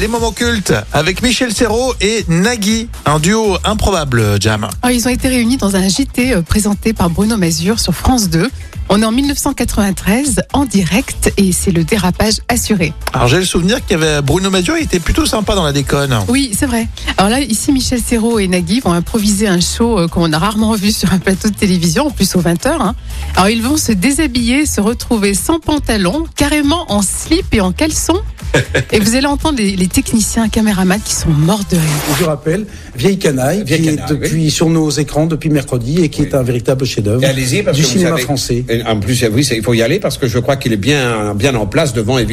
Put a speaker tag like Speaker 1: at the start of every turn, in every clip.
Speaker 1: Les moments cultes avec Michel Serrault et Nagui, un duo improbable, Jam.
Speaker 2: Alors, Ah, ils ont été réunis dans un JT euh, présenté par Bruno Mazur sur France 2. On est en 1993, en direct, et c'est le dérapage assuré.
Speaker 1: Alors j'ai le souvenir qu'il y avait Bruno Mazur, il était plutôt sympa dans la déconne.
Speaker 2: Oui, c'est vrai. Alors là, ici, Michel Serrault et Nagui vont improviser un show euh, qu'on a rarement vu sur un plateau de télévision, en plus aux 20h. Alors, ils vont se déshabiller, se retrouver sans pantalon, carrément en slip et en caleçon. Et vous allez entendre les, les techniciens, caméramans qui sont morts de rire.
Speaker 3: je rappelle, Vieille Canaille,
Speaker 4: Vieille
Speaker 3: qui
Speaker 4: Canaille,
Speaker 3: est depuis sur nos écrans depuis mercredi et qui est un véritable chef-d'œuvre
Speaker 4: Et allez-y, parce
Speaker 3: du
Speaker 4: que vous
Speaker 3: cinéma
Speaker 4: savez-
Speaker 3: français.
Speaker 4: Et en plus, eh oui, c'est- il faut y aller parce que je crois qu'il est bien, bien en place devant, et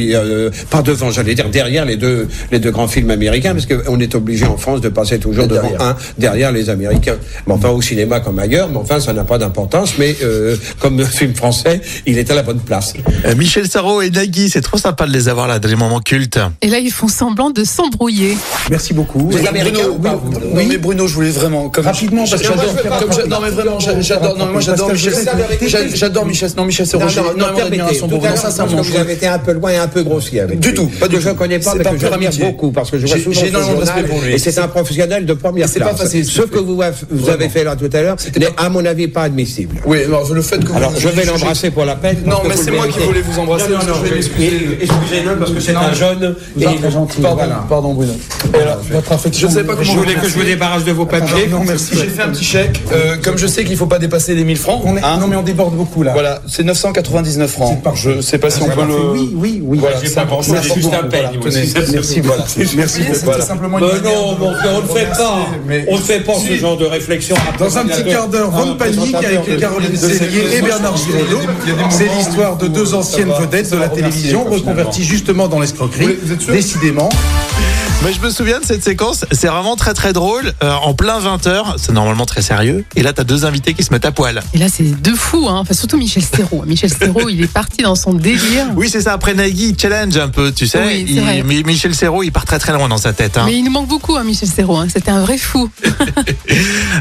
Speaker 4: pas devant, j'allais dire derrière les deux, les deux grands films américains, parce qu'on est obligé en France de passer toujours
Speaker 3: Et
Speaker 4: devant
Speaker 3: derrière.
Speaker 4: un derrière les Américains. Mais enfin, au cinéma comme ailleurs, mais enfin, ça n'a pas d'importance. Mais euh, comme film français, il est à la bonne place.
Speaker 1: Euh, Michel Serrault et Nagui, c'est trop sympa de les avoir là, dans les moments cultes.
Speaker 2: Et là, ils font semblant de s'embrouiller.
Speaker 3: Merci beaucoup.
Speaker 4: Vous
Speaker 3: Et-
Speaker 4: êtes américain
Speaker 5: Bruno,
Speaker 4: ou pas,
Speaker 5: oui,
Speaker 4: vous
Speaker 5: non, mais Bruno, je voulais vraiment. Comme
Speaker 3: Rapidement, parce que
Speaker 5: j'adore.
Speaker 3: moi, je veux pas
Speaker 5: comme
Speaker 3: rappeler.
Speaker 5: j'a- Non, mais vraiment, j'a- j'adore. Non, mais moi, j'adore
Speaker 3: Pascal,
Speaker 5: Michel.
Speaker 3: je sais la vérité.
Speaker 5: j'a- J'adore Michel. Non, Michel, c'est
Speaker 4: Non,
Speaker 5: Roger.
Speaker 4: non,
Speaker 5: Non,
Speaker 4: permettez,
Speaker 5: mon admiration
Speaker 4: tout
Speaker 5: pour
Speaker 4: à
Speaker 5: vous. Non,
Speaker 4: l'heure,
Speaker 5: sincèrement,
Speaker 4: parce que
Speaker 5: je-
Speaker 4: vous avez été un peu loin et un peu grossier avec
Speaker 5: Du
Speaker 4: lui.
Speaker 5: tout, pas du
Speaker 4: Que je
Speaker 5: tout.
Speaker 4: connais pas,
Speaker 5: C'est
Speaker 4: mais
Speaker 5: par
Speaker 4: que
Speaker 5: pure
Speaker 4: j'admire
Speaker 5: amitié.
Speaker 4: beaucoup, parce que je vois
Speaker 5: J'ai-
Speaker 4: souvent
Speaker 5: j'ai
Speaker 4: son
Speaker 5: énormément de
Speaker 4: journal,
Speaker 5: respect pour lui.
Speaker 4: et c'est un professionnel de première
Speaker 5: Et c'est
Speaker 4: classe.
Speaker 5: pas facile, ce
Speaker 4: Ce
Speaker 5: qu'il
Speaker 4: que
Speaker 5: fait.
Speaker 4: vous, avez- vous avez fait là tout à l'heure n'est, à mon avis, pas admissible.
Speaker 5: Oui, alors le fait que vous-
Speaker 4: Alors, je vais l'embrasser pour la peine.
Speaker 5: Non,
Speaker 4: parce que
Speaker 5: mais
Speaker 4: vous
Speaker 5: c'est
Speaker 4: le
Speaker 5: moi qui
Speaker 4: méritez.
Speaker 5: voulais vous embrasser.
Speaker 4: Non,
Speaker 5: parce que
Speaker 4: non,
Speaker 5: je vais m'excuser.
Speaker 4: Excusez-le, parce que c'est un jeune.
Speaker 3: Vous êtes très gentil.
Speaker 4: Voilà.
Speaker 3: Pardon, Bruno. Voilà, votre affection.
Speaker 5: Je sais
Speaker 3: me-
Speaker 5: pas comment
Speaker 4: Je
Speaker 5: vous
Speaker 4: voulais que je vous débarrasse de vos papiers.
Speaker 3: Non, merci.
Speaker 5: J'ai fait un petit chèque. euh, Comme je sais qu'il faut pas dépasser les 1000 francs.
Speaker 3: On est-
Speaker 5: hein,
Speaker 3: Non, mais on déborde beaucoup là.
Speaker 5: Voilà, c'est 999 francs.
Speaker 3: C'est parfait.
Speaker 5: Je sais pas si on
Speaker 3: C'est
Speaker 5: peut
Speaker 3: parfait.
Speaker 5: le.
Speaker 3: Oui, oui, oui.
Speaker 5: Voilà,
Speaker 3: J'ai
Speaker 5: c'est
Speaker 3: pas
Speaker 5: important.
Speaker 3: pensé,
Speaker 5: C'est
Speaker 3: juste un
Speaker 5: important,
Speaker 4: peigne,
Speaker 5: voilà,
Speaker 4: moi,
Speaker 5: tenez.
Speaker 4: c'est-
Speaker 5: Merci, voilà.
Speaker 3: Merci.
Speaker 5: Voilà.
Speaker 3: C'était simplement une
Speaker 4: Mais non,
Speaker 3: manière de-
Speaker 4: mon frère, on ne le fait pas.
Speaker 5: mais-
Speaker 4: On ne fait pas ce
Speaker 5: Si.
Speaker 4: genre de réflexion.
Speaker 3: Dans un petit Ah, quart d'heure, Van Panique avec Caroline Cellier et Bernard Giraudot. C'est l'histoire de deux anciennes vedettes de la télévision reconverties justement dans l'escroquerie. Décidément.
Speaker 1: Mais je me souviens de cette séquence, c'est vraiment très très drôle. Euh, en plein 20h, c'est normalement très sérieux. Et là, t'as deux invités qui se mettent à poil.
Speaker 2: Et là, c'est deux fous, hein. enfin, surtout Michel Serrault. Michel Serrault, il est parti dans son délire.
Speaker 1: Oui, c'est ça. Après Nagui, il challenge un peu, tu sais.
Speaker 2: Oui, c'est
Speaker 1: Il-
Speaker 2: vrai.
Speaker 1: Mi- Michel Serrault, il part très très loin dans sa tête. hein.
Speaker 2: Mais il nous manque beaucoup, hein, Michel Serrault. hein. C'était un vrai fou.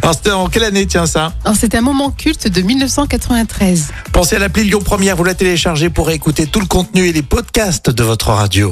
Speaker 1: Alors, c'était en quelle année, tiens, ça
Speaker 2: Alors, C'était un moment culte de 1993.
Speaker 1: Pensez à l'appli Lyon Première, vous la téléchargez pour écouter tout le contenu et les podcasts de votre radio.